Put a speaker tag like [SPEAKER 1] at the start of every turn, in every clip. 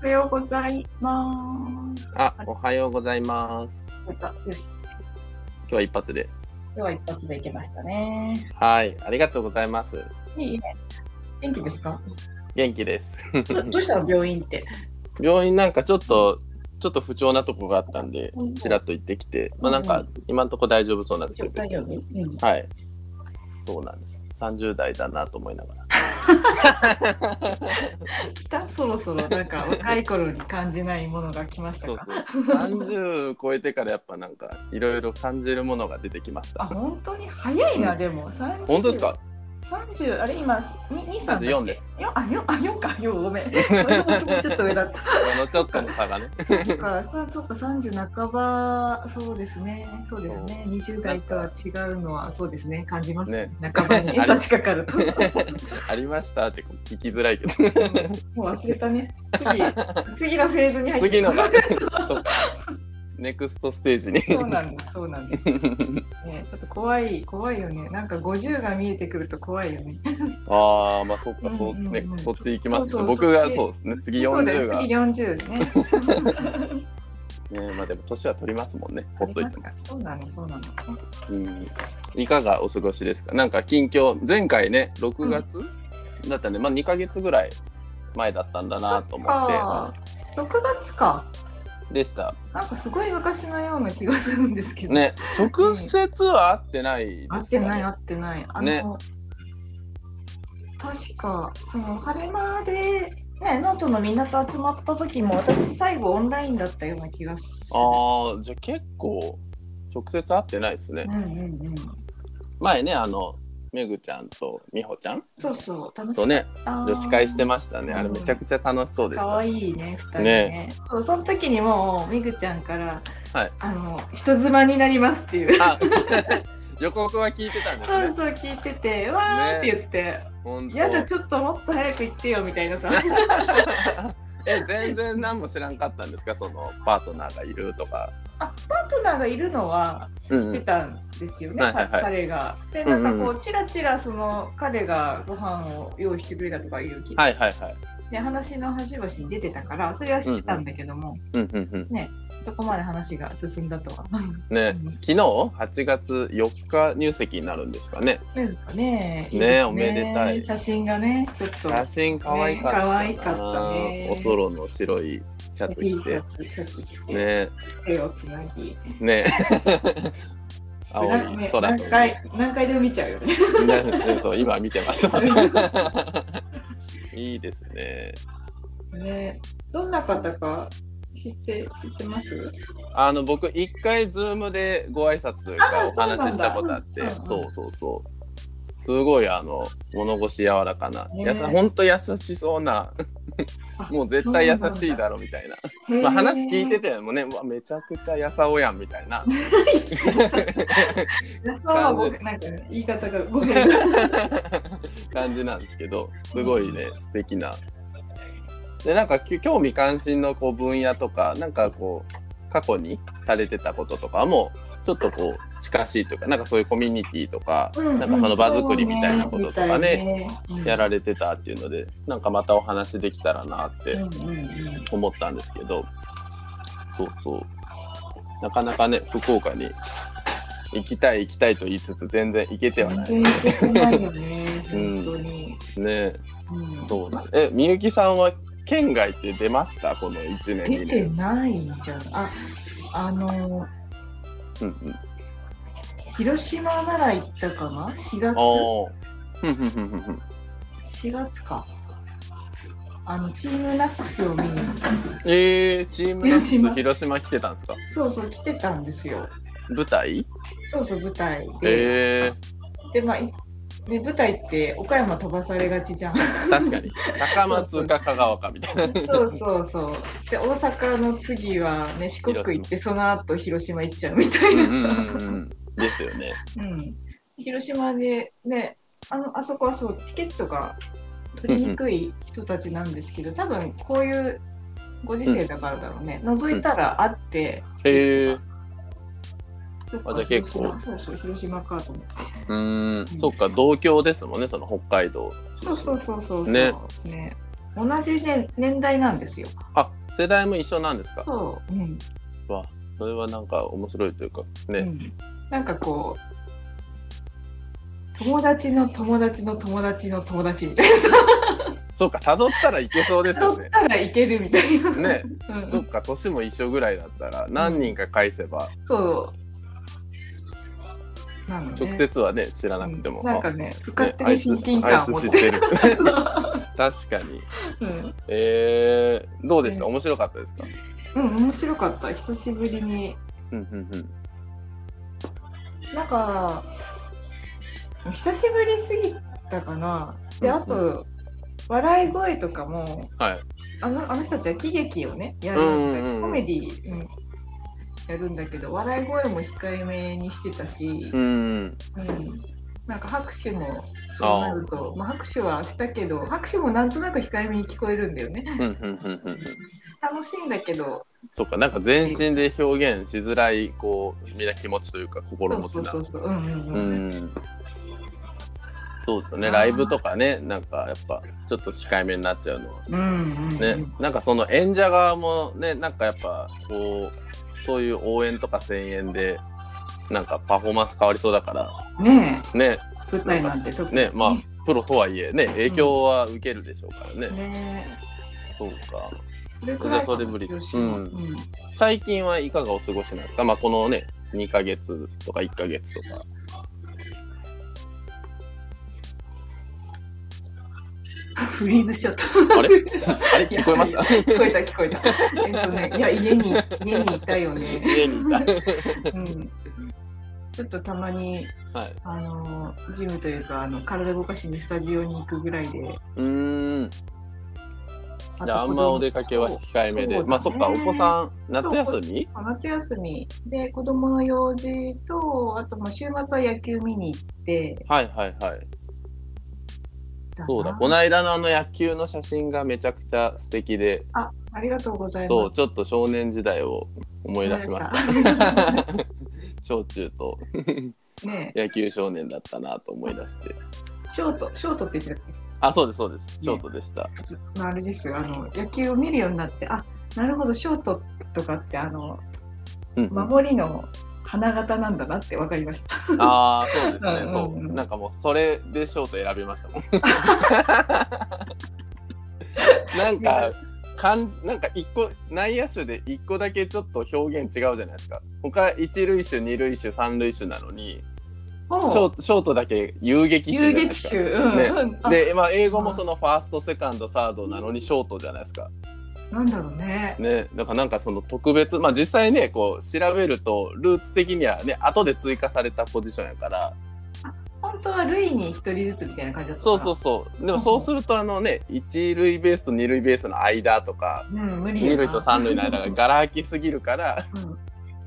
[SPEAKER 1] おはようございます。
[SPEAKER 2] あ、おはようございます。
[SPEAKER 1] よかったよし、
[SPEAKER 2] 今日は一発で。
[SPEAKER 1] 今日は一発でいけましたね。
[SPEAKER 2] はい、ありがとうございます。
[SPEAKER 1] いいね。元気ですか
[SPEAKER 2] 元気です。
[SPEAKER 1] どどうしたの病院って。
[SPEAKER 2] 病院なんかちょっと、ちょっと不調なとこがあったんで、ちらっと行ってきて、まあなん
[SPEAKER 1] う
[SPEAKER 2] か今のとこ大丈夫そうなんですけど、
[SPEAKER 1] 大丈夫、
[SPEAKER 2] 別に
[SPEAKER 1] うん、
[SPEAKER 2] はい。そうなんです。30代だなと思いながら。
[SPEAKER 1] 来たそろそろなん か若い頃に感じないものが来ました
[SPEAKER 2] そう
[SPEAKER 1] か
[SPEAKER 2] そう。30超えてからやっぱなんかいろいろ感じるものが出てきまし
[SPEAKER 1] あ
[SPEAKER 2] た。
[SPEAKER 1] 本当に早いな、でも30
[SPEAKER 2] 本当ですか
[SPEAKER 1] 30あれ今2 3
[SPEAKER 2] 34です
[SPEAKER 1] よあよあよかよご めん私もちょっと上だった
[SPEAKER 2] このちょっとの差が ね。
[SPEAKER 1] そっか、さそっか、三十半ば、そうですね、そうですね、二十代とは違うのは、そうですね、感じます。ね
[SPEAKER 2] ね、
[SPEAKER 1] 半ばに
[SPEAKER 2] あれ
[SPEAKER 1] 差し掛かると、
[SPEAKER 2] ありましたって聞きづらいけど。
[SPEAKER 1] もう忘れたね。次、次のフェーズに入って。
[SPEAKER 2] 次のが、 そうか。ネクストステージに。
[SPEAKER 1] そうなんです、そうなんです。ね、ちょっと怖い、怖いよね。なんか五十が見えてくると怖いよね。
[SPEAKER 2] ああ、まあそっか、そ
[SPEAKER 1] う
[SPEAKER 2] う
[SPEAKER 1] んうんうん
[SPEAKER 2] ね、そっち行きます
[SPEAKER 1] そうそう
[SPEAKER 2] ね。僕
[SPEAKER 1] そっ
[SPEAKER 2] が
[SPEAKER 1] ち
[SPEAKER 2] そうですね、次
[SPEAKER 1] そうだよ
[SPEAKER 2] 40が、
[SPEAKER 1] 次
[SPEAKER 2] ね、
[SPEAKER 1] 四 十ね。
[SPEAKER 2] まあでも年は取りますもんね、ほ
[SPEAKER 1] あ
[SPEAKER 2] っ
[SPEAKER 1] り
[SPEAKER 2] とい
[SPEAKER 1] ま
[SPEAKER 2] て
[SPEAKER 1] す
[SPEAKER 2] も。
[SPEAKER 1] かそうなの、そうなの。
[SPEAKER 2] うん、いかがお過ごしですかなんか近況、前回ね、6月、だったね、まあ2ヶ月ぐらい前だったんだなと思っ
[SPEAKER 1] あー、六月か。
[SPEAKER 2] て、でした。
[SPEAKER 1] なんかすごい昔のような気がするんですけど。
[SPEAKER 2] ね、直接は会ってないですか
[SPEAKER 1] 合
[SPEAKER 2] ね
[SPEAKER 1] ってない合ってないあの、
[SPEAKER 2] ね
[SPEAKER 1] 確かその晴れ間でねノートのみんなと集まった時も私最後オンラインだったような気がする
[SPEAKER 2] ああ、じゃあ結構、直接会ってないですね
[SPEAKER 1] うん。うんうん
[SPEAKER 2] 前ね、あの、めぐちゃんとみほちゃん
[SPEAKER 1] そうそう楽しか
[SPEAKER 2] と
[SPEAKER 1] っ
[SPEAKER 2] ね、
[SPEAKER 1] た
[SPEAKER 2] 女子会してましたね。あれ
[SPEAKER 1] うん
[SPEAKER 2] めちゃくちゃ楽しそうでし
[SPEAKER 1] か
[SPEAKER 2] た。
[SPEAKER 1] わ
[SPEAKER 2] はい
[SPEAKER 1] いね二人ねそうその時にもうみぐちゃんから
[SPEAKER 2] い。
[SPEAKER 1] あの人妻になりますって いう
[SPEAKER 2] あ、予告は聞いてたんです
[SPEAKER 1] そう
[SPEAKER 2] ね。
[SPEAKER 1] そう聞いててうわーって言って、
[SPEAKER 2] 本当
[SPEAKER 1] やだちょっともっと早く行ってよみたいな さ
[SPEAKER 2] え、全然何も知らんかったんですか、そのパートナーがいるとか。
[SPEAKER 1] パートナーがいるのは
[SPEAKER 2] う
[SPEAKER 1] して
[SPEAKER 2] ん。
[SPEAKER 1] たんですよね、
[SPEAKER 2] はいはいはい
[SPEAKER 1] 彼が。で
[SPEAKER 2] う
[SPEAKER 1] なん
[SPEAKER 2] うんん
[SPEAKER 1] かこうちらちらその彼がご飯を用意してくれたとかいう、
[SPEAKER 2] はいはいはい。
[SPEAKER 1] ね、話の端々に出てたからそれは知ってたんだけども、
[SPEAKER 2] うんうん
[SPEAKER 1] そこまで話が進んだとは。
[SPEAKER 2] うん。ね、昨日8月4日入籍になるんですかね。
[SPEAKER 1] どうですかね
[SPEAKER 2] ねおめでたい
[SPEAKER 1] 写真がねちょっと
[SPEAKER 2] 写真可愛かったな。
[SPEAKER 1] ね可愛かったね
[SPEAKER 2] おそろの白いシャツ
[SPEAKER 1] T シ
[SPEAKER 2] 着
[SPEAKER 1] ャ
[SPEAKER 2] て。
[SPEAKER 1] ツシャツ着て、
[SPEAKER 2] ね、
[SPEAKER 1] 手をつなぎ
[SPEAKER 2] ね。青い
[SPEAKER 1] なね
[SPEAKER 2] 空
[SPEAKER 1] 何
[SPEAKER 2] とね。
[SPEAKER 1] 回何回でも見ちゃうよね。
[SPEAKER 2] ねそう今見て ました。いいですね。
[SPEAKER 1] ねどんな方か知って知ってます
[SPEAKER 2] あの僕一回ズームでご挨拶という
[SPEAKER 1] あ
[SPEAKER 2] か
[SPEAKER 1] ー
[SPEAKER 2] お話ししたことあって、
[SPEAKER 1] そう
[SPEAKER 2] そ
[SPEAKER 1] な
[SPEAKER 2] うそうそう。すごいあの物腰柔らかな、
[SPEAKER 1] ね
[SPEAKER 2] やさ本当優しそうな、 もう絶対優しいだろみたいな。まあ話聞いて
[SPEAKER 1] て
[SPEAKER 2] てもね、うわめちゃくちゃやさおやんみた いな。
[SPEAKER 1] そうは僕なんか、ね、言い方がごめんな
[SPEAKER 2] 感じなんですけどすごいね素敵なでなんかき興味関心のこう分野とかなんかこう過去にされてたこととかもちょっとこう近しいというかなんかそういうコミュニティとか、なんかその場作りみたいなこととかねやら
[SPEAKER 1] れ
[SPEAKER 2] れてたっていうのでなんかまたお話できたらなって思ったんですけどそうそうなかなかね福岡に行きたい行きたいと言いつつ全然行けてはない
[SPEAKER 1] 全然行けてないよね
[SPEAKER 2] う
[SPEAKER 1] 本
[SPEAKER 2] ん
[SPEAKER 1] 当に、
[SPEAKER 2] ね
[SPEAKER 1] うん
[SPEAKER 2] そうだえ、みゆきさんは県外って出ましたこの1年、
[SPEAKER 1] 出
[SPEAKER 2] 2
[SPEAKER 1] て
[SPEAKER 2] 年。
[SPEAKER 1] ないんじゃんああの
[SPEAKER 2] うんうん、
[SPEAKER 1] 広島なら行ったかな4月
[SPEAKER 2] あーふんふんふんふんふん
[SPEAKER 1] 4月かあのチームナックスを見に行った
[SPEAKER 2] えー、チームナック
[SPEAKER 1] 広島
[SPEAKER 2] ス広島来てたんですか
[SPEAKER 1] そうそう来てたんですよ
[SPEAKER 2] 舞台
[SPEAKER 1] そうそう舞台で、
[SPEAKER 2] え
[SPEAKER 1] でまあいで舞台って岡山飛ばされがちじゃん
[SPEAKER 2] ー、確かに。高松か香川かみたいな。
[SPEAKER 1] そうそうそう。で大阪の次はね四国行ってその後広島行っちゃうみた
[SPEAKER 2] う
[SPEAKER 1] い
[SPEAKER 2] ん
[SPEAKER 1] な
[SPEAKER 2] うん
[SPEAKER 1] さ。
[SPEAKER 2] うんうん。ですよね。
[SPEAKER 1] うん。広島でねあのあそこはそうチケットが取りにくい人たちなんですけど、多分こういうご時世だからだろうね。覗いたらあって。
[SPEAKER 2] へえー。
[SPEAKER 1] そっか
[SPEAKER 2] あじゃあ結構
[SPEAKER 1] 広島そうそう広島かと思って。
[SPEAKER 2] うーん、そっか、同郷ですもんね、その北海道。
[SPEAKER 1] そうそうそうそうそう。
[SPEAKER 2] ね
[SPEAKER 1] ね。同じ、ね、年代なんですよ。
[SPEAKER 2] あ、世代も一緒なんですか。
[SPEAKER 1] そう、うん
[SPEAKER 2] わ、それはなんか面白いというか、
[SPEAKER 1] う
[SPEAKER 2] ね。
[SPEAKER 1] ん、なんかこう友達の友達の友達の友達みたいな
[SPEAKER 2] そうか、辿ったらいけそうです
[SPEAKER 1] 誘
[SPEAKER 2] よ
[SPEAKER 1] っ
[SPEAKER 2] ね。
[SPEAKER 1] たらいけるみたいな。
[SPEAKER 2] ね、
[SPEAKER 1] うん
[SPEAKER 2] そっか、年も一緒ぐらいだったら、何人か返せば、
[SPEAKER 1] そう。なのね
[SPEAKER 2] 直接はね、知らなくても。
[SPEAKER 1] うんなんか
[SPEAKER 2] あ
[SPEAKER 1] ね、使
[SPEAKER 2] ね
[SPEAKER 1] って
[SPEAKER 2] あ
[SPEAKER 1] る
[SPEAKER 2] いつ
[SPEAKER 1] 親近
[SPEAKER 2] あ
[SPEAKER 1] 感
[SPEAKER 2] い
[SPEAKER 1] を
[SPEAKER 2] つ
[SPEAKER 1] 持
[SPEAKER 2] 知
[SPEAKER 1] っ。
[SPEAKER 2] って てる。確かに。
[SPEAKER 1] うん、
[SPEAKER 2] えー、どうでした
[SPEAKER 1] う
[SPEAKER 2] 面白かったですか
[SPEAKER 1] うん、面白かった。久しぶりに。
[SPEAKER 2] うんうんうん。
[SPEAKER 1] なんか、久しぶりすぎたかな。で、あ
[SPEAKER 2] う
[SPEAKER 1] と、笑い声とかも、
[SPEAKER 2] はい。
[SPEAKER 1] あのあの人たちは喜劇をね、やる
[SPEAKER 2] うんうんうん
[SPEAKER 1] コメディ、うん、やるんだけど、笑い声も控えめにしてたし、
[SPEAKER 2] うん。
[SPEAKER 1] うんなんか拍手もそうなると、まあ、拍手はしたけど、拍手もなんとなく控えめに聞こえるんだよね。
[SPEAKER 2] うんうんうんうんうん。
[SPEAKER 1] 楽しいんだけど、
[SPEAKER 2] そっか、なんか全身で表現しづらい、こう、みんな気持ちというか、心持ち
[SPEAKER 1] そう
[SPEAKER 2] な
[SPEAKER 1] そうそうそう、うんうん
[SPEAKER 2] う
[SPEAKER 1] うん。
[SPEAKER 2] んそうですよね、
[SPEAKER 1] あー
[SPEAKER 2] ライブとかね、なんかやっぱちょっと控えめになっちゃうのは。
[SPEAKER 1] うんうん、
[SPEAKER 2] ね、なんかその演者側もね、なんかやっぱこう、そういう応援とか声援で、なんかパフォーマンス変わりそうだから、
[SPEAKER 1] ねえ
[SPEAKER 2] ね、
[SPEAKER 1] 舞台なんて特に
[SPEAKER 2] ね、まあ、プロとはいえ、ね、影響は受けるでしょうからね。
[SPEAKER 1] ね
[SPEAKER 2] そうか。
[SPEAKER 1] えそれくらいか
[SPEAKER 2] それぶり
[SPEAKER 1] 広島
[SPEAKER 2] うん
[SPEAKER 1] うん
[SPEAKER 2] 最近はいかがお過ごしなんですかまあ、このね、2ヶ月とか1ヶ月とか。
[SPEAKER 1] フリーズしちゃった
[SPEAKER 2] あれあれ聞こえました
[SPEAKER 1] 聞こえた聞こえたえっとねいや家に家にいたよね、
[SPEAKER 2] 家にいた。
[SPEAKER 1] うん、ちょっとたまに
[SPEAKER 2] はい。
[SPEAKER 1] あのジムというかあの体動かしにスタジオに行くぐらいで
[SPEAKER 2] うーん。
[SPEAKER 1] あ
[SPEAKER 2] じゃあ、あんまお出かけは
[SPEAKER 1] そう
[SPEAKER 2] 控えめで。
[SPEAKER 1] そうだね
[SPEAKER 2] まあ、そっか、お子さん、夏休み
[SPEAKER 1] 夏休みで子供の用事とあとまあ週末は野球見に行って
[SPEAKER 2] はいはいはい。
[SPEAKER 1] だな
[SPEAKER 2] そうだ、この間のあの野球の写真がめちゃくちゃ素敵で、
[SPEAKER 1] あありがとうございます
[SPEAKER 2] そう、ちょっと少年時代を思い出し ました。
[SPEAKER 1] 思い出し
[SPEAKER 2] 小中と
[SPEAKER 1] ね
[SPEAKER 2] 野球少年だったなと思い出して。
[SPEAKER 1] えショートショートって言ってたっ
[SPEAKER 2] あ、そうですそうです。ショートでした。
[SPEAKER 1] けずまああれですよあの野球を見るようになってあなるほどショートとかってあの
[SPEAKER 2] うんうん
[SPEAKER 1] 守りの花形なんだなって分かりました
[SPEAKER 2] ああ、そうです
[SPEAKER 1] うん
[SPEAKER 2] ね。
[SPEAKER 1] うん
[SPEAKER 2] そうう。
[SPEAKER 1] ん
[SPEAKER 2] なんかもう、それでショート選び ましたもん。なんか、かんなんか一個、内野手で一個だけちょっと表現違うじゃないですか。他、一塁手、二塁手、三塁手なのに、ショートショートだけ遊撃手じゃ
[SPEAKER 1] 遊
[SPEAKER 2] ないで
[SPEAKER 1] 撃
[SPEAKER 2] す
[SPEAKER 1] 手
[SPEAKER 2] か。
[SPEAKER 1] うん、
[SPEAKER 2] ね
[SPEAKER 1] うんあ
[SPEAKER 2] で、まあ、英語もそのファースト、セカンド、サードなのにショートじゃないですか。
[SPEAKER 1] なんだろうね
[SPEAKER 2] ね、だからなんかその特別、まあ実際ね、こう調べると、ルーツ的にはね、後で追加されたポジションやから、
[SPEAKER 1] 本当は塁に一人ずつみたいな感じだったか
[SPEAKER 2] そ
[SPEAKER 1] ら
[SPEAKER 2] うそうそう。でもそうすると、あのね、一塁ベースと二塁ベースの間とか、
[SPEAKER 1] うん、無理やな
[SPEAKER 2] 二塁と三塁の間がガラ空きすぎるから、
[SPEAKER 1] うん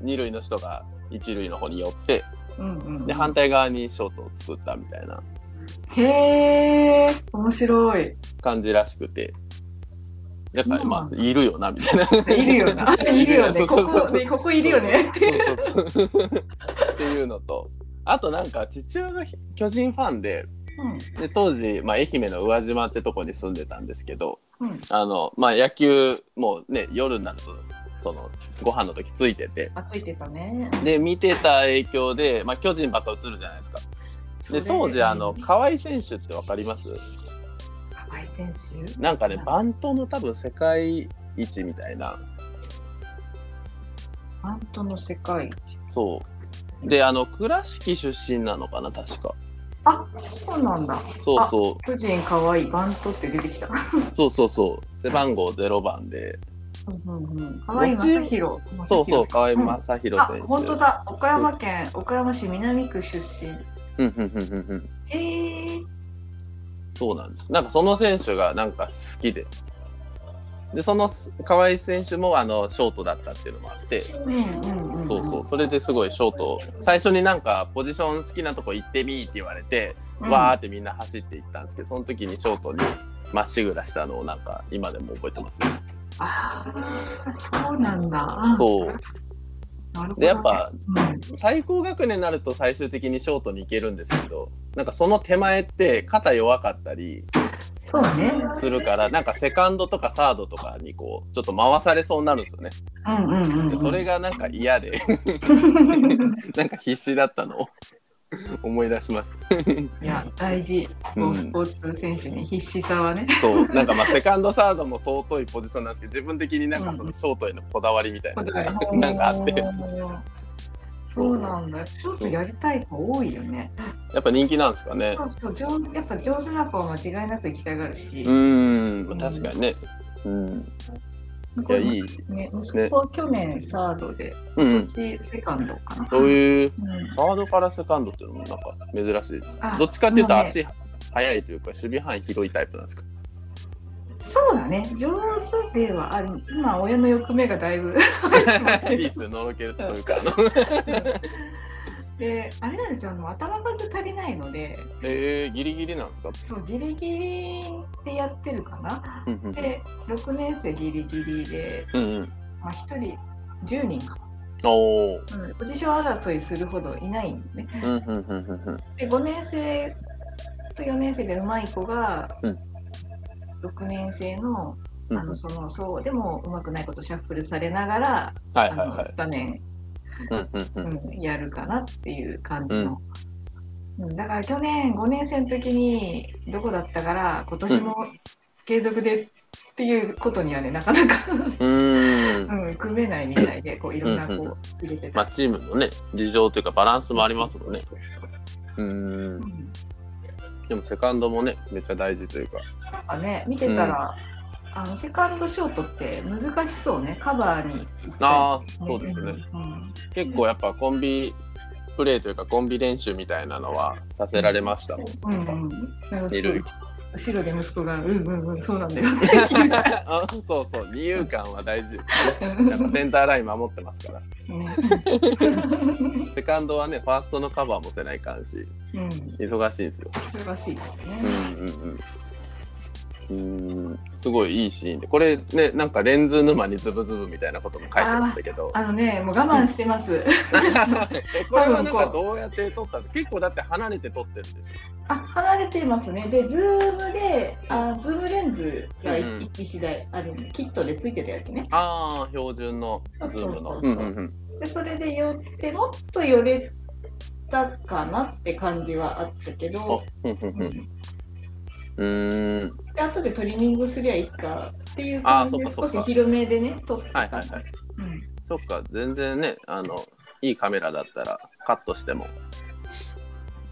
[SPEAKER 2] 二塁の人が一塁の方に寄って、
[SPEAKER 1] うんうんうん
[SPEAKER 2] で、反対側にショートを作ったみたいな
[SPEAKER 1] へえ面白い
[SPEAKER 2] 感じらしくて。だから、
[SPEAKER 1] そうな
[SPEAKER 2] ま
[SPEAKER 1] ん
[SPEAKER 2] あ、いるよな、み たいな。
[SPEAKER 1] いるよないるよね
[SPEAKER 2] そうそうそう
[SPEAKER 1] ここねここいるよねっていう
[SPEAKER 2] そうそうそう。 っていうのと、あとなんか、父親が巨人ファンで、で当時、まあ、愛媛の宇和島ってとこに住んでたんですけど、
[SPEAKER 1] うんうん
[SPEAKER 2] あの、まあ、野球、もうね、夜になると、その、ご飯の時ついてて、
[SPEAKER 1] あついてたね
[SPEAKER 2] で、見てた影響で、まあ、巨人ばっか映るじゃないですか。
[SPEAKER 1] それ
[SPEAKER 2] で、当時、あの、河合選手ってわかります
[SPEAKER 1] 河合選手
[SPEAKER 2] なんかね、バントの多分世界一みたいな、
[SPEAKER 1] アントの世界一
[SPEAKER 2] そう。で、あの、倉敷出身なのかな、確か。
[SPEAKER 1] あそうなんだ
[SPEAKER 2] そうそう。
[SPEAKER 1] 巨人かわいいバントって出てきた
[SPEAKER 2] そうそうそう。背番号0番で。
[SPEAKER 1] うんうんうん河合正弘
[SPEAKER 2] そうそう、河合
[SPEAKER 1] 正
[SPEAKER 2] 正
[SPEAKER 1] 弘
[SPEAKER 2] 弘
[SPEAKER 1] さん
[SPEAKER 2] 選手。
[SPEAKER 1] あ本当。だ岡山県岡山市南区出身
[SPEAKER 2] うんうんうんうんうん。
[SPEAKER 1] へえ
[SPEAKER 2] そうなんです。なんかその選手がなんか好きで。で、その河合選手もあのショートだったっていうのもあって、
[SPEAKER 1] うんうんうん
[SPEAKER 2] そうそう、それですごいショートを、最初になんかポジション好きなとこ行ってみーって言われて、
[SPEAKER 1] うん
[SPEAKER 2] わーってみんな走っていったんですけど、その時にショートにまっしぐらしたのをなんか今でも覚えてますね。
[SPEAKER 1] ああそうなんだ
[SPEAKER 2] そう。
[SPEAKER 1] なるほど
[SPEAKER 2] で、やっぱ
[SPEAKER 1] うん
[SPEAKER 2] 最高学年になると最終的にショートに行けるんですけどなんかその手前って肩弱かったり
[SPEAKER 1] そうね。
[SPEAKER 2] するからなんかセカンドとかサードとかにこうちょっと回されそうになるんですよね。
[SPEAKER 1] うんうんうん、う
[SPEAKER 2] で
[SPEAKER 1] ん。
[SPEAKER 2] それがなんか嫌で なんか必死だったのを 思い出しました。
[SPEAKER 1] いや、大事。
[SPEAKER 2] うん
[SPEAKER 1] スポーツ選手に必死さはね、
[SPEAKER 2] そうなんかまあセカンドサードも尊いポジションなんですけど自分的になんかそのショートへのこだわりみたいな、 なんかあって
[SPEAKER 1] そうなんだ。ちょっとやりたい子多いよね。
[SPEAKER 2] やっぱ人気なんですかね
[SPEAKER 1] そうそう、上手やっぱ上手な子は間違いなく行きたがるし
[SPEAKER 2] う、ーん確かにねうんいやいい
[SPEAKER 1] ね、息子は去年サードで、
[SPEAKER 2] う
[SPEAKER 1] 今
[SPEAKER 2] ん
[SPEAKER 1] 年セカンドかな。
[SPEAKER 2] そういう
[SPEAKER 1] うん
[SPEAKER 2] サードからセカンドっていうのもなんか珍しいです
[SPEAKER 1] あ
[SPEAKER 2] どっちかっていうと
[SPEAKER 1] もうね
[SPEAKER 2] 足速いというか守備範囲広いタイプなん ですか
[SPEAKER 1] そうだね、上手ではある、今、親の欲目がだいぶ
[SPEAKER 2] いいですねのろけるというかあの
[SPEAKER 1] で、あれなんですよ、あの頭数足りないので、
[SPEAKER 2] えー、ギリギリなんですか
[SPEAKER 1] そうギリギリでやってるかな。
[SPEAKER 2] うんうん
[SPEAKER 1] で、6年生ギリギリで、
[SPEAKER 2] うんうん
[SPEAKER 1] まあ、1人10人か、
[SPEAKER 2] おー
[SPEAKER 1] うん、ポジション争いするほどいないんでね。
[SPEAKER 2] うんうんうんうんうん
[SPEAKER 1] で、5年生と4年生でうまい子が、
[SPEAKER 2] うん
[SPEAKER 1] 6年生の、
[SPEAKER 2] うん
[SPEAKER 1] あのそのそうでもうまくないことシャッフルされながら、
[SPEAKER 2] はい
[SPEAKER 1] あ
[SPEAKER 2] はい
[SPEAKER 1] の
[SPEAKER 2] はい
[SPEAKER 1] スタメン
[SPEAKER 2] うんうんうん
[SPEAKER 1] うん、やるかなっていう感じの、うん、だから去年5年生の時にどこだったから今年も継続でっていうことにはねなかなか、
[SPEAKER 2] うーん
[SPEAKER 1] うん、組めないみたいでこういろんなこう入れて
[SPEAKER 2] まあ、チームのね事情というかバランスもありますもんね。
[SPEAKER 1] そうそうそう
[SPEAKER 2] う
[SPEAKER 1] うんん、
[SPEAKER 2] でもセカンドもねめっちゃ大事というか。
[SPEAKER 1] なんかね見てたら、あのセカンドショートって難しそうねカバーに行ったりね
[SPEAKER 2] ああそうですね。
[SPEAKER 1] うん
[SPEAKER 2] 結構やっぱコンビプレーというかコンビ練習みたいなのはさせられましたもん。
[SPEAKER 1] うんうん、なんかそう
[SPEAKER 2] いる
[SPEAKER 1] 後ろで息子が「うんうんうんそうなん だよ」って言うか
[SPEAKER 2] あそうそう二遊間は大事ですね。
[SPEAKER 1] ら
[SPEAKER 2] やっぱセンターライン守ってますから。
[SPEAKER 1] ね
[SPEAKER 2] セカンドはねファーストのカバーもせないかんし
[SPEAKER 1] うん、
[SPEAKER 2] 忙しいんですよ。
[SPEAKER 1] 素晴らしいですよね。
[SPEAKER 2] うんうんうん。うーんすごいいいシーンでこれねなんかレンズ沼にズブズブみたいなことも書いてましたけど
[SPEAKER 1] あのね、もう我慢してます。
[SPEAKER 2] えこれはなんかどうやって撮ったんです結構だって離れて撮ってるんでし
[SPEAKER 1] あ、離れてますね。で、ズームで、あ、ズームレンズが
[SPEAKER 2] うんうん
[SPEAKER 1] 一一台ある、キットでついてたやつね。
[SPEAKER 2] ょああ標準のズーム
[SPEAKER 1] そう
[SPEAKER 2] のう
[SPEAKER 1] そ
[SPEAKER 2] ん
[SPEAKER 1] うそう
[SPEAKER 2] うんうん
[SPEAKER 1] で、それで寄って、もっと寄れたかなって感じはあったけ
[SPEAKER 2] あ
[SPEAKER 1] ど、
[SPEAKER 2] うんう
[SPEAKER 1] うんん、
[SPEAKER 2] うんうーん
[SPEAKER 1] で後でトリミングすりゃいいかっていう感
[SPEAKER 2] あ
[SPEAKER 1] じ
[SPEAKER 2] そっ
[SPEAKER 1] で
[SPEAKER 2] かそっ
[SPEAKER 1] 少
[SPEAKER 2] か
[SPEAKER 1] し広めでね、撮ってた。
[SPEAKER 2] はいはいはい
[SPEAKER 1] うん
[SPEAKER 2] そっか全然ねあのいいカメラだったらカットしても、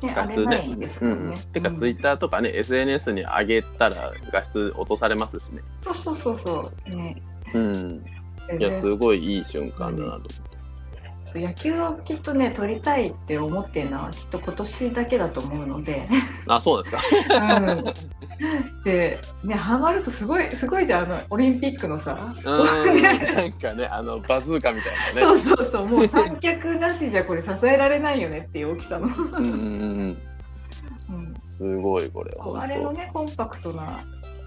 [SPEAKER 1] ね、
[SPEAKER 2] 画
[SPEAKER 1] あ
[SPEAKER 2] 質
[SPEAKER 1] れ
[SPEAKER 2] ね
[SPEAKER 1] ないです
[SPEAKER 2] う
[SPEAKER 1] か
[SPEAKER 2] ん
[SPEAKER 1] ら
[SPEAKER 2] うん
[SPEAKER 1] ね。
[SPEAKER 2] てか
[SPEAKER 1] うん
[SPEAKER 2] ツイッターとかね SNS に上げたら画質落とされますしね
[SPEAKER 1] そうそうそうそう。ね。
[SPEAKER 2] うんいやすごいいい瞬間だなと
[SPEAKER 1] そう野球をきっとね取りたいって思ってるのはきっと今年だけだと思うの で、
[SPEAKER 2] あそうですか
[SPEAKER 1] うん、でねハマるとすごいすごいじゃんあのオリンピックのさ、
[SPEAKER 2] うーんなんかねあのバズーカみたいな
[SPEAKER 1] そ
[SPEAKER 2] ね
[SPEAKER 1] うそうそうもう三脚なしじゃこれ支えられないよねっていう大きさの、
[SPEAKER 2] うんうんうん
[SPEAKER 1] うん、
[SPEAKER 2] すごいこれ
[SPEAKER 1] そう
[SPEAKER 2] 本
[SPEAKER 1] あれのねコンパクトな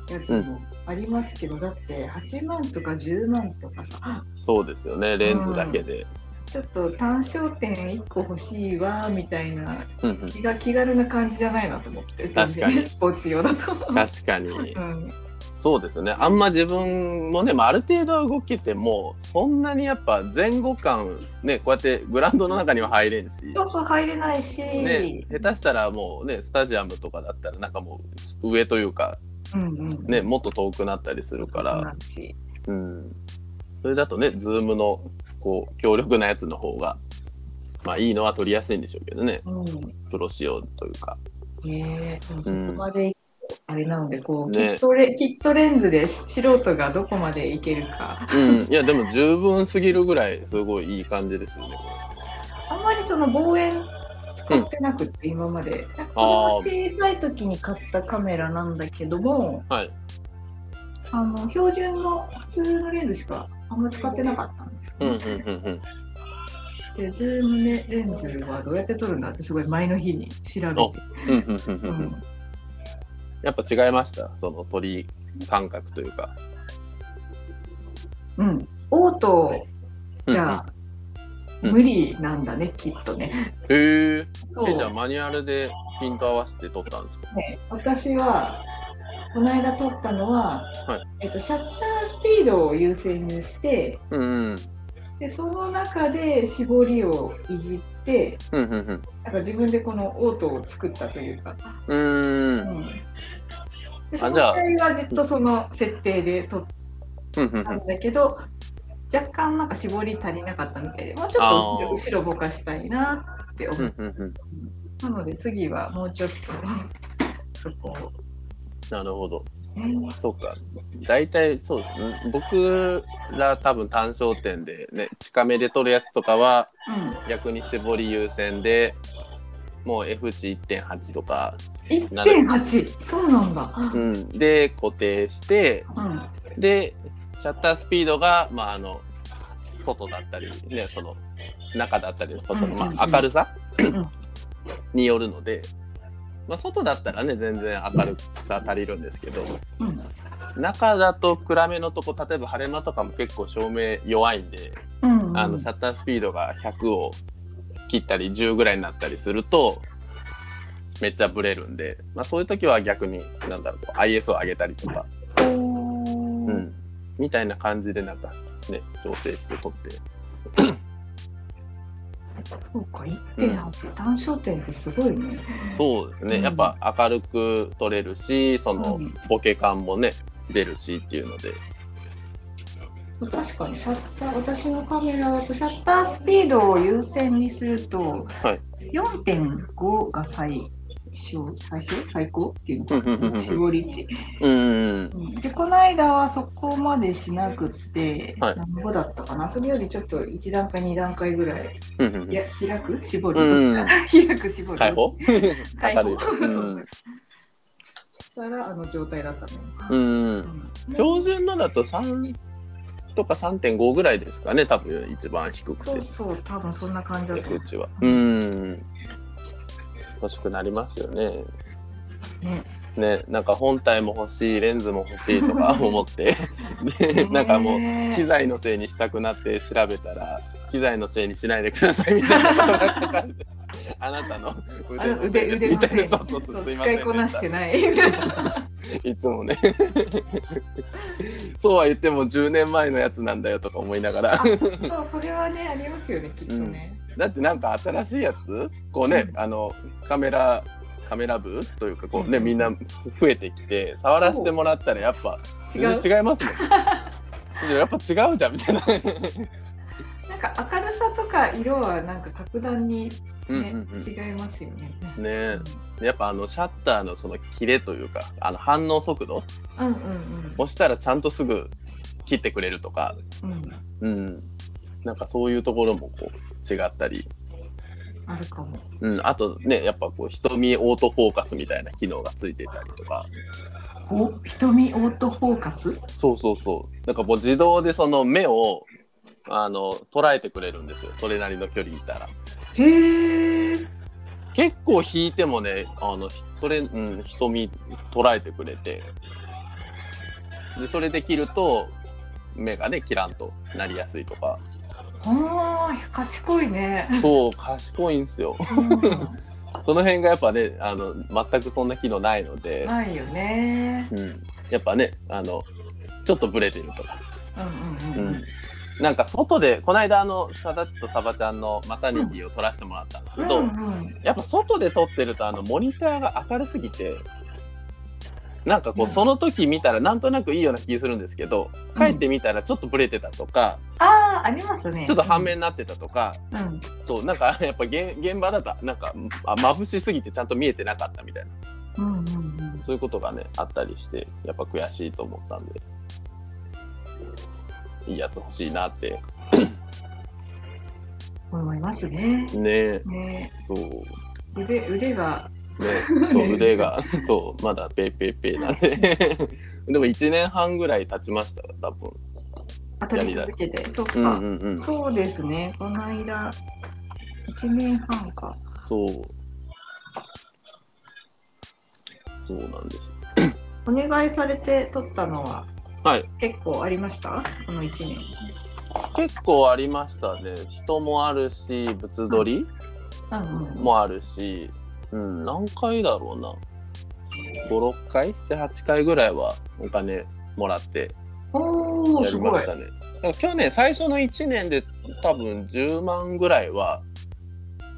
[SPEAKER 1] やつもありますけど、だって8万とか10万とかさ
[SPEAKER 2] 当そうですよねレンズだけで、
[SPEAKER 1] ちょっと単焦点1個欲しいわみたいな
[SPEAKER 2] うんうん
[SPEAKER 1] 気が気軽な感じじゃないなと思って
[SPEAKER 2] 確かに
[SPEAKER 1] 全然スポーツ用だと。
[SPEAKER 2] 確かに
[SPEAKER 1] うん
[SPEAKER 2] そうですねあんま自分もね、まあ、ある程度は動けてもそんなにやっぱ前後感ねこうやってグラウンドの中には入れんし、
[SPEAKER 1] そうそう入れないし、
[SPEAKER 2] ね、下手したらもうねスタジアムとかだったらなんかもう上というか、
[SPEAKER 1] うんうん、
[SPEAKER 2] ね、もっと遠くなったりするから、
[SPEAKER 1] し
[SPEAKER 2] うん、それだとねズームのこう強力なやつの方が、まあ、いいのは取りやすいんでしょうけどね
[SPEAKER 1] うん、
[SPEAKER 2] プロ仕様というか。
[SPEAKER 1] ねえでもそこまで、あれなのでこう、
[SPEAKER 2] ね
[SPEAKER 1] きっとレきっとレンズで素人がどこまでいけるか
[SPEAKER 2] うん、いやでも十分すぎるぐらいすごいいい感じですよね。これ
[SPEAKER 1] あんまりその望遠使ってなくって、今までなんか子供小さい時に買ったカメラなんだけども
[SPEAKER 2] はい、
[SPEAKER 1] あの標準の普通のレンズしかあんま使ってなかったんです
[SPEAKER 2] う
[SPEAKER 1] け
[SPEAKER 2] ん
[SPEAKER 1] ど、
[SPEAKER 2] うんうんうん
[SPEAKER 1] でズーム、ね、レンズはどうやって撮るんだってすごい前の日に調べて。
[SPEAKER 2] うんうんうんうん
[SPEAKER 1] う
[SPEAKER 2] うん
[SPEAKER 1] ん
[SPEAKER 2] やっぱ違いましたその鳥感覚というか。
[SPEAKER 1] うん、オートじゃあ、
[SPEAKER 2] うん
[SPEAKER 1] 無理なんだね、きっとね。
[SPEAKER 2] うんうん、へえ
[SPEAKER 1] そう
[SPEAKER 2] えじゃあマニュアルでピント合わせて撮ったんですか
[SPEAKER 1] ね私はこの間撮ったのは、
[SPEAKER 2] はい
[SPEAKER 1] えっと、シャッタースピードを優先にして
[SPEAKER 2] うんうん
[SPEAKER 1] でその中で絞りをいじって
[SPEAKER 2] うんうん
[SPEAKER 1] なんか自分でこのオートを作ったというか、
[SPEAKER 2] うんう
[SPEAKER 1] うんん、で
[SPEAKER 2] あ
[SPEAKER 1] その
[SPEAKER 2] じゃあ
[SPEAKER 1] 試合はずっとその設定で撮っ
[SPEAKER 2] うんうん
[SPEAKER 1] た
[SPEAKER 2] うん
[SPEAKER 1] んだけど若干なんか絞り足りなかったみたいでもうちょっと後
[SPEAKER 2] あ
[SPEAKER 1] ろ
[SPEAKER 2] ー
[SPEAKER 1] 後ろぼかしたいなって思
[SPEAKER 2] う
[SPEAKER 1] っ
[SPEAKER 2] んうんうん
[SPEAKER 1] たので次はもうちょっとそこを。
[SPEAKER 2] なるほど
[SPEAKER 1] ね
[SPEAKER 2] そうか大体そうですね僕ら多分単焦点でね近めで撮るやつとかは
[SPEAKER 1] うん
[SPEAKER 2] 逆に絞り優先でもう F 値1.8とか、
[SPEAKER 1] 1.8そうなんだ、う
[SPEAKER 2] うんん、で固定してでシャッタースピードが、まあ、あの外だったり、ね、その中だったりのそ
[SPEAKER 1] う
[SPEAKER 2] の、
[SPEAKER 1] んうん
[SPEAKER 2] ま
[SPEAKER 1] う
[SPEAKER 2] あ、
[SPEAKER 1] ん
[SPEAKER 2] 明るさ、
[SPEAKER 1] ん
[SPEAKER 2] によるので、まあ、外だったらね全然明るさ足りるんですけど
[SPEAKER 1] うん
[SPEAKER 2] 中だと暗めのとこ例えば晴れ間とかも結構照明弱いんで、
[SPEAKER 1] うんうん、
[SPEAKER 2] あのシャッタースピードが100を切ったり10ぐらいになったりするとめっちゃブレるんで、まあ、そういう時は逆になんだろうこう IS を上げたりとか。
[SPEAKER 1] お
[SPEAKER 2] う
[SPEAKER 1] ー
[SPEAKER 2] ん、みたいな感じでなんかね調整して撮って
[SPEAKER 1] そうか1.8、単焦点ってすごいね
[SPEAKER 2] そうですね、
[SPEAKER 1] うん
[SPEAKER 2] やっぱ明るく撮れるしその
[SPEAKER 1] うん
[SPEAKER 2] ボケ感もね出るしっていうので
[SPEAKER 1] 確かにシャッター私のカメラだとシャッタースピードを優先にすると、
[SPEAKER 2] はい
[SPEAKER 1] 4.5が最小最小最高っていうの
[SPEAKER 2] うんうんうんう
[SPEAKER 1] か
[SPEAKER 2] ん
[SPEAKER 1] 絞り値、
[SPEAKER 2] うん
[SPEAKER 1] うんでこの間はそこまでしなくって、
[SPEAKER 2] はい
[SPEAKER 1] 何語だったかなそれよりちょっと1段階2段階ぐらい
[SPEAKER 2] うんうん
[SPEAKER 1] いや開く絞る、
[SPEAKER 2] うん
[SPEAKER 1] 開く絞る
[SPEAKER 2] 解放
[SPEAKER 1] 解
[SPEAKER 2] 明
[SPEAKER 1] 放
[SPEAKER 2] るいう
[SPEAKER 1] し
[SPEAKER 2] ん
[SPEAKER 1] たらあの状態だったね。
[SPEAKER 2] うん
[SPEAKER 1] うん
[SPEAKER 2] 標準のだと3とか3.5ぐらいですかね多分一番低く
[SPEAKER 1] そ
[SPEAKER 2] て
[SPEAKER 1] うそう、多分そんな感じだと思
[SPEAKER 2] うちはうん欲しくなりますよね
[SPEAKER 1] うね。
[SPEAKER 2] ねなんか本体も欲しいレンズも欲しい とか思ってでなんかもう
[SPEAKER 1] ね
[SPEAKER 2] 機材のせいにしたくなって調べたら機材のせいにしないでくださいみたいなことが書かれてあなたの
[SPEAKER 1] あ
[SPEAKER 2] 腕
[SPEAKER 1] の
[SPEAKER 2] のせ
[SPEAKER 1] 腕腕の
[SPEAKER 2] いですみた
[SPEAKER 1] せ
[SPEAKER 2] い
[SPEAKER 1] い
[SPEAKER 2] なそうそうそうすい
[SPEAKER 1] 使
[SPEAKER 2] ません
[SPEAKER 1] いこな
[SPEAKER 2] で
[SPEAKER 1] し
[SPEAKER 2] して
[SPEAKER 1] ない。
[SPEAKER 2] たいつもね そうは言っても10年前のやつなんだよとか思いながら
[SPEAKER 1] そう、それはね、ありますよね、きっとね。
[SPEAKER 2] だってなんか新しいやつこうね、
[SPEAKER 1] う
[SPEAKER 2] あのカメラカメラ部というかこうね、
[SPEAKER 1] うん
[SPEAKER 2] みんな増えてきて触らせてもらったらやっぱ
[SPEAKER 1] 違
[SPEAKER 2] 全
[SPEAKER 1] う。
[SPEAKER 2] 然違 いますもんいややっぱ違うじゃんみたい
[SPEAKER 1] なん
[SPEAKER 2] な
[SPEAKER 1] か明るさとか色はなんか格段にね、
[SPEAKER 2] うんうんうん
[SPEAKER 1] 違いますよね。
[SPEAKER 2] ね
[SPEAKER 1] う
[SPEAKER 2] え
[SPEAKER 1] ん
[SPEAKER 2] やっぱあのシャッターのその切れというかあの反応速度
[SPEAKER 1] うんうん
[SPEAKER 2] 押したらちゃんとすぐ切ってくれるとか、
[SPEAKER 1] うん。うん
[SPEAKER 2] うん、なんかそういうところもこう違ったり、
[SPEAKER 1] あるかも。
[SPEAKER 2] うん、あとねやっぱこう瞳オートフォーカスみたいな機能がついてたりとか
[SPEAKER 1] お、瞳オートフォーカス。
[SPEAKER 2] そうそうそうなんかこう自動でその目をあの捉えてくれるんですよそれなりの距離いたら。
[SPEAKER 1] へえ。
[SPEAKER 2] 結構引いてもねあのひそれ、うん、瞳捉えてくれてでそれで切ると目がね切らんとなりやすいとか
[SPEAKER 1] ああ、賢いね。
[SPEAKER 2] そう賢いんですよ
[SPEAKER 1] うん
[SPEAKER 2] その辺がやっぱねあの全くそんな機能ないので、
[SPEAKER 1] ないよね。
[SPEAKER 2] うん、やっぱねあのちょっとブレてるとか、
[SPEAKER 1] うんう
[SPEAKER 2] うん
[SPEAKER 1] うん
[SPEAKER 2] ん、なんか外でこの間あのさだちとさばちゃんのマタニティを撮らせてもらったんだけ
[SPEAKER 1] うん。
[SPEAKER 2] ど、
[SPEAKER 1] うん
[SPEAKER 2] やっぱ外で撮ってるとあのモニターが明るすぎてなんか
[SPEAKER 1] う
[SPEAKER 2] こうんその時見たらなんとなくいいような気するんですけど
[SPEAKER 1] うん
[SPEAKER 2] 帰ってみたらちょっとブレてたとか、
[SPEAKER 1] ああ、ありますね。
[SPEAKER 2] ちょっと半面になってたとか、
[SPEAKER 1] うん。うん。
[SPEAKER 2] そうなんかやっぱ現現場だとなんかあ眩しすぎてちゃんと見えてなかったみたいな
[SPEAKER 1] うんうんうん。
[SPEAKER 2] そういうことがねあったりしてやっぱ悔しいと思ったんでいいやつ欲しいなって
[SPEAKER 1] 思いますね。
[SPEAKER 2] ね
[SPEAKER 1] ね、
[SPEAKER 2] そう
[SPEAKER 1] 腕、腕が。
[SPEAKER 2] ね、そう腕が そうまだペーペーペーなんで でも1年半ぐらい経ちましたよ多分
[SPEAKER 1] 当たり続けて。そっか、
[SPEAKER 2] うんうんうん
[SPEAKER 1] そうですね。この間。一年半か。
[SPEAKER 2] そうそうなんです
[SPEAKER 1] お願いされて取ったのは。
[SPEAKER 2] はい
[SPEAKER 1] 結構ありました。この一年。
[SPEAKER 2] 結構ありましたね人もあるし物撮り
[SPEAKER 1] うんうん。
[SPEAKER 2] もあるし、うん、何回だろうな56回78回ぐらいはお金もらって
[SPEAKER 1] おお
[SPEAKER 2] や
[SPEAKER 1] す
[SPEAKER 2] り
[SPEAKER 1] ご
[SPEAKER 2] ま
[SPEAKER 1] い
[SPEAKER 2] し。たねだから去年最初の1年で多分10万ぐらいは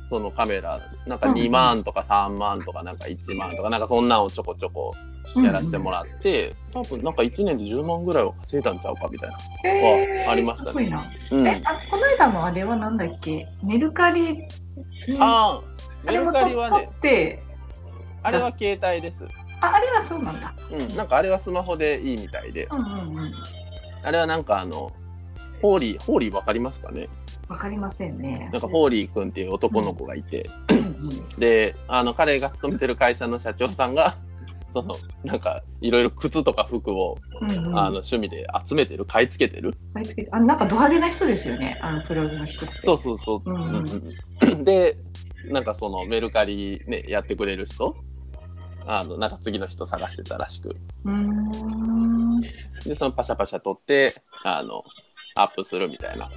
[SPEAKER 2] そのカメラなんか
[SPEAKER 1] うんうん
[SPEAKER 2] 2万とか3万とかなんか1万とかなんかそんなんをちょこちょこやらせてもらって、多分なんか1年で10万ぐらいは稼いだんちゃうかみたいな
[SPEAKER 1] えー
[SPEAKER 2] ありましたね
[SPEAKER 1] すごいな。
[SPEAKER 2] うん
[SPEAKER 1] え、あこの間のあれはなんだっけメルカリに
[SPEAKER 2] ああ
[SPEAKER 1] あ
[SPEAKER 2] メ
[SPEAKER 1] れ
[SPEAKER 2] ル
[SPEAKER 1] も
[SPEAKER 2] カ
[SPEAKER 1] 取
[SPEAKER 2] リ
[SPEAKER 1] っ
[SPEAKER 2] は
[SPEAKER 1] 取
[SPEAKER 2] ね
[SPEAKER 1] って、
[SPEAKER 2] あれは携帯です
[SPEAKER 1] ああれはそうなんだ。
[SPEAKER 2] うんなんかあれはスマホでいいみたいで
[SPEAKER 1] うんうんうん。
[SPEAKER 2] あれはなんかあのホーリーホーリーわかりますかね
[SPEAKER 1] わかりませんね。
[SPEAKER 2] なんかホーリーくんっていう男の子がいて、
[SPEAKER 1] うんうん
[SPEAKER 2] であの彼が勤めてる会社の社長さんがそのなんかいろいろ靴とか服を、
[SPEAKER 1] うんうん
[SPEAKER 2] あの趣味で集めてる買い付けてる、
[SPEAKER 1] 買い付けてあなんかド派手な人ですよね、あのプログの人って。
[SPEAKER 2] そうそうそう、
[SPEAKER 1] うんうん
[SPEAKER 2] うんうんでなんかそのメルカリ、ね、やってくれる人あのなんか次の人探してたらしく
[SPEAKER 1] うーん。
[SPEAKER 2] でそのパシャパシャ撮ってあのアップするみたいな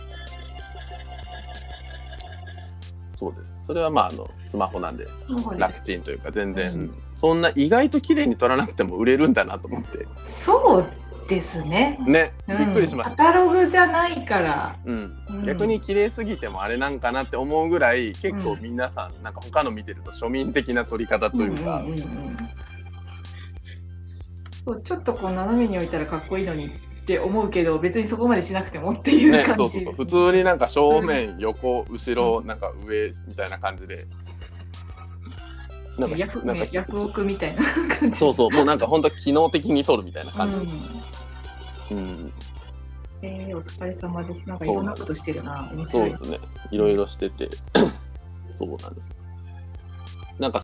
[SPEAKER 2] そうですそれはまああのスマホなんです
[SPEAKER 1] ごいね
[SPEAKER 2] 楽ちんというか全然、
[SPEAKER 1] うん
[SPEAKER 2] そんな意外と綺麗に撮らなくても売れるんだなと思って
[SPEAKER 1] そうですね。
[SPEAKER 2] ねび
[SPEAKER 1] う
[SPEAKER 2] っ
[SPEAKER 1] ん
[SPEAKER 2] くりしまし
[SPEAKER 1] カ
[SPEAKER 2] た、
[SPEAKER 1] タログじゃないから。
[SPEAKER 2] うん
[SPEAKER 1] うん
[SPEAKER 2] 逆に綺麗すぎてもあれなんかなって思うぐらい結構
[SPEAKER 1] うん
[SPEAKER 2] 皆さんなんか他の見てると庶民的な撮り方と
[SPEAKER 1] うんう
[SPEAKER 2] い
[SPEAKER 1] ん
[SPEAKER 2] うか、
[SPEAKER 1] うんうんそうちょっとこう斜めに置いたらかっこいいのにって思うけど別にそこまでしなくてもっていう
[SPEAKER 2] ね
[SPEAKER 1] 感じ、
[SPEAKER 2] そうそうそう普通になんか正面横後ろなんか上みたいな感じでなんか
[SPEAKER 1] ヤフ,、
[SPEAKER 2] なんか
[SPEAKER 1] ね、ヤフオクみたいな感じ
[SPEAKER 2] そうそうもうなんか本当機能的に撮るみたいな感じで
[SPEAKER 1] う
[SPEAKER 2] す、
[SPEAKER 1] ん
[SPEAKER 2] うん、
[SPEAKER 1] えーお疲れ様です。なんかいろんなことしてるな。面
[SPEAKER 2] そ
[SPEAKER 1] 白
[SPEAKER 2] う
[SPEAKER 1] い
[SPEAKER 2] で。すねいろいろしててそうなんですなんか